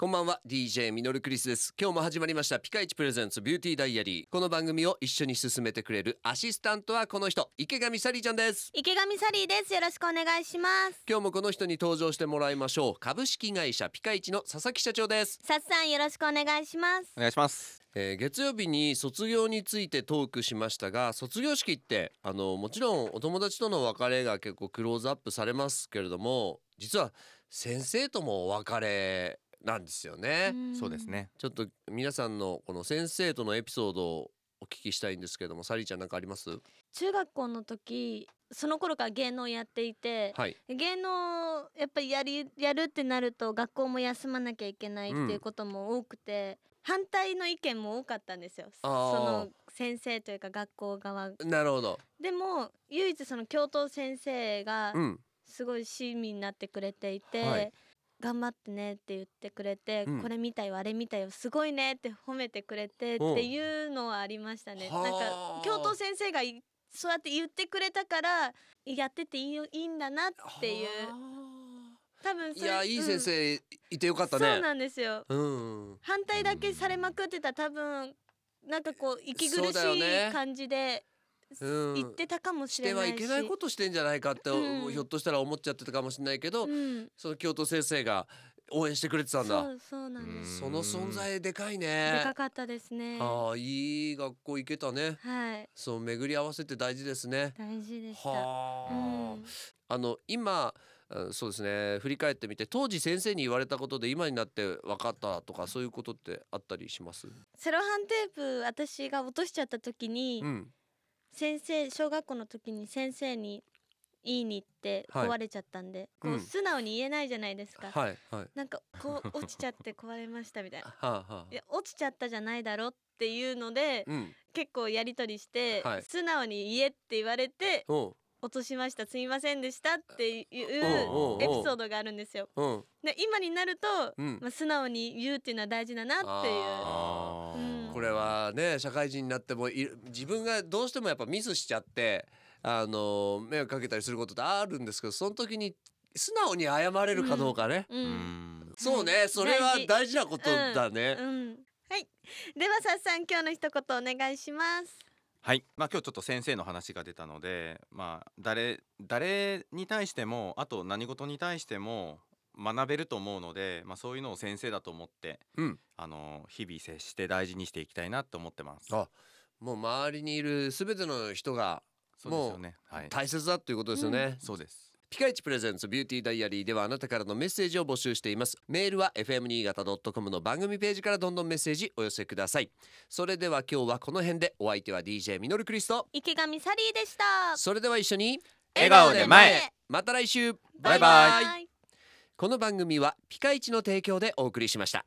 こんばんは DJ ミノルクリスです今日も始まりましたピカイチプレゼンツビューティーダイアリーこの番組を一緒に進めてくれるアシスタントはこの人池上サリーちゃんです池上サリーですよろしくお願いします今日もこの人に登場してもらいましょう株式会社ピカイチの佐々木社長です、さっさんよろしくお願いしますお願いしますえー月曜日に卒業についてトークしましたが卒業式ってあのもちろんお友達との別れが結構クローズアップされますけれども実は先生ともお別れなんですよね、そうですねちょっと皆さんのこの先生とのエピソードをお聞きしたいんですけども、サリーちゃんなんかあります？中学校の時その頃から芸能やっていて、はい。芸能やっぱりやりやるってなると学校も休まなきゃいけないっていうことも多くて、反対の意見も多かったんですよそあーの先生というか学校側なるほど。でも唯一その教頭先生がうん。すごい親身になってくれていて、はい頑張ってねって言ってくれて、うんこれ見たよあれ見たよすごいねって褒めてくれてっうんていうのはありましたね。はあなんか教頭先生がいそうやって言ってくれたからやってていいよいいんだなっていう多分いそれやいい先よ生いてよかったそうね。なんですようん。反対だけされまくってたら多分なんかこう息そ苦うだよしねい感じでうん。言ってたかもししれてなはいし,、いけないことしてんじゃないかって、うんひょっとしたら思っちゃってたかもしれないけど、うん、その教頭先生が応援してくれてたんだ。そうそうなんですその存在でかいでね。かかったですねはああいい学校行けたね。いそう巡り合わせって大事ですね。大事でした。はうあ。ん、あの今うんそうですね振り返ってみて当時先生に言われたことで今になって分かったとかそういうことってあったりします、セロハンテープ私が落としちゃった時に、うん、先生小学校の時に先生に言いに行ってはい壊れちゃったんで、こううん素直に言えないじゃないですか、はいはいなんかこう落ちちゃって壊れましたみたい なはあ、はいあ、や落ちちゃったじゃないだろっていうのでうん結構やり取りして、はい素直に言えって言われておう落としましたすみませんでしたっていうエおうおうおうピソードがあるんですようんで今になると、うん まあ、素直に言うっていうのは大事だなっていうあーうんこれはね社会人になってもい自分がどうしてもやっぱミスしちゃってあの迷惑かけたりすることってあるんですけどその時に素直に謝れるかどうかね、うんうんそうねそれは大事なことだね、うん、はい。ではさっさん今日の一言お願いします。はいまあ今日ちょっと先生の話が出たのでまあ誰誰に対してもあと何事に対しても学べると思うのでまあそういうのを先生だと思って、うんあの日々接して大事にしていきたいなと思ってますあもう周りにいる全ての人がそうですよねはい大切だということですよね、そうですピカイチプレゼンツビューティーダイアリーではあなたからのメッセージを募集していますメールは fm 新潟 .com の番組ページからどんどんメッセージお寄せくださいそれでは今日はこの辺でお相手は DJ ミノルクリスト池上サリーでした。それでは一緒に笑顔で前へまた来週バイバイこの番組はピカイチの提供でお送りしました